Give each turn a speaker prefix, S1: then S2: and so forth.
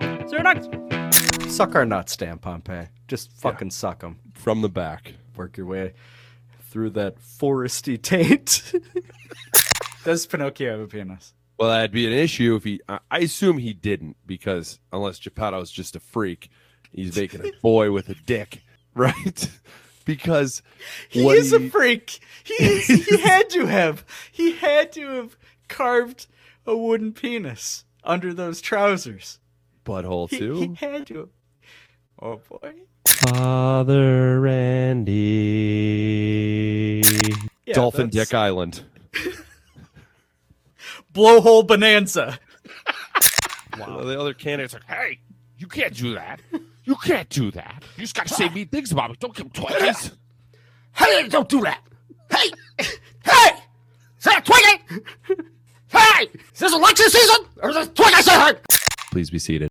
S1: nuts. They're nuts.
S2: Suck our nuts, Dan Pompey. Just fucking suck 'em. suck them.
S3: From the back.
S2: Work your way through that foresty taint.
S1: Does Pinocchio have a penis?
S3: Well, that'd be an issue if he. I I assume he didn't because unless Geppetto's just a freak, he's making a boy with a dick, right? because
S2: he
S3: what
S2: is a
S3: he-
S2: freak. He is, he had to have. He had to have carved a wooden penis under those trousers.
S3: butthole
S2: He, he
S3: too.
S2: had to. have- Oh boy.
S3: Father Randy.
S2: Yeah,
S3: Dolphin
S2: that's-
S3: Dick Island.
S2: Blowhole bonanza.
S3: Wow. The other candidates are
S4: Hey, you can't do that. You can't do that. You just gotta say mean things about me. Don't give them Twinkies. Hey, don't do that. Hey, hey, is that a Twinkie? Hey, is this election season or is this Twinkie season?
S3: please be seated.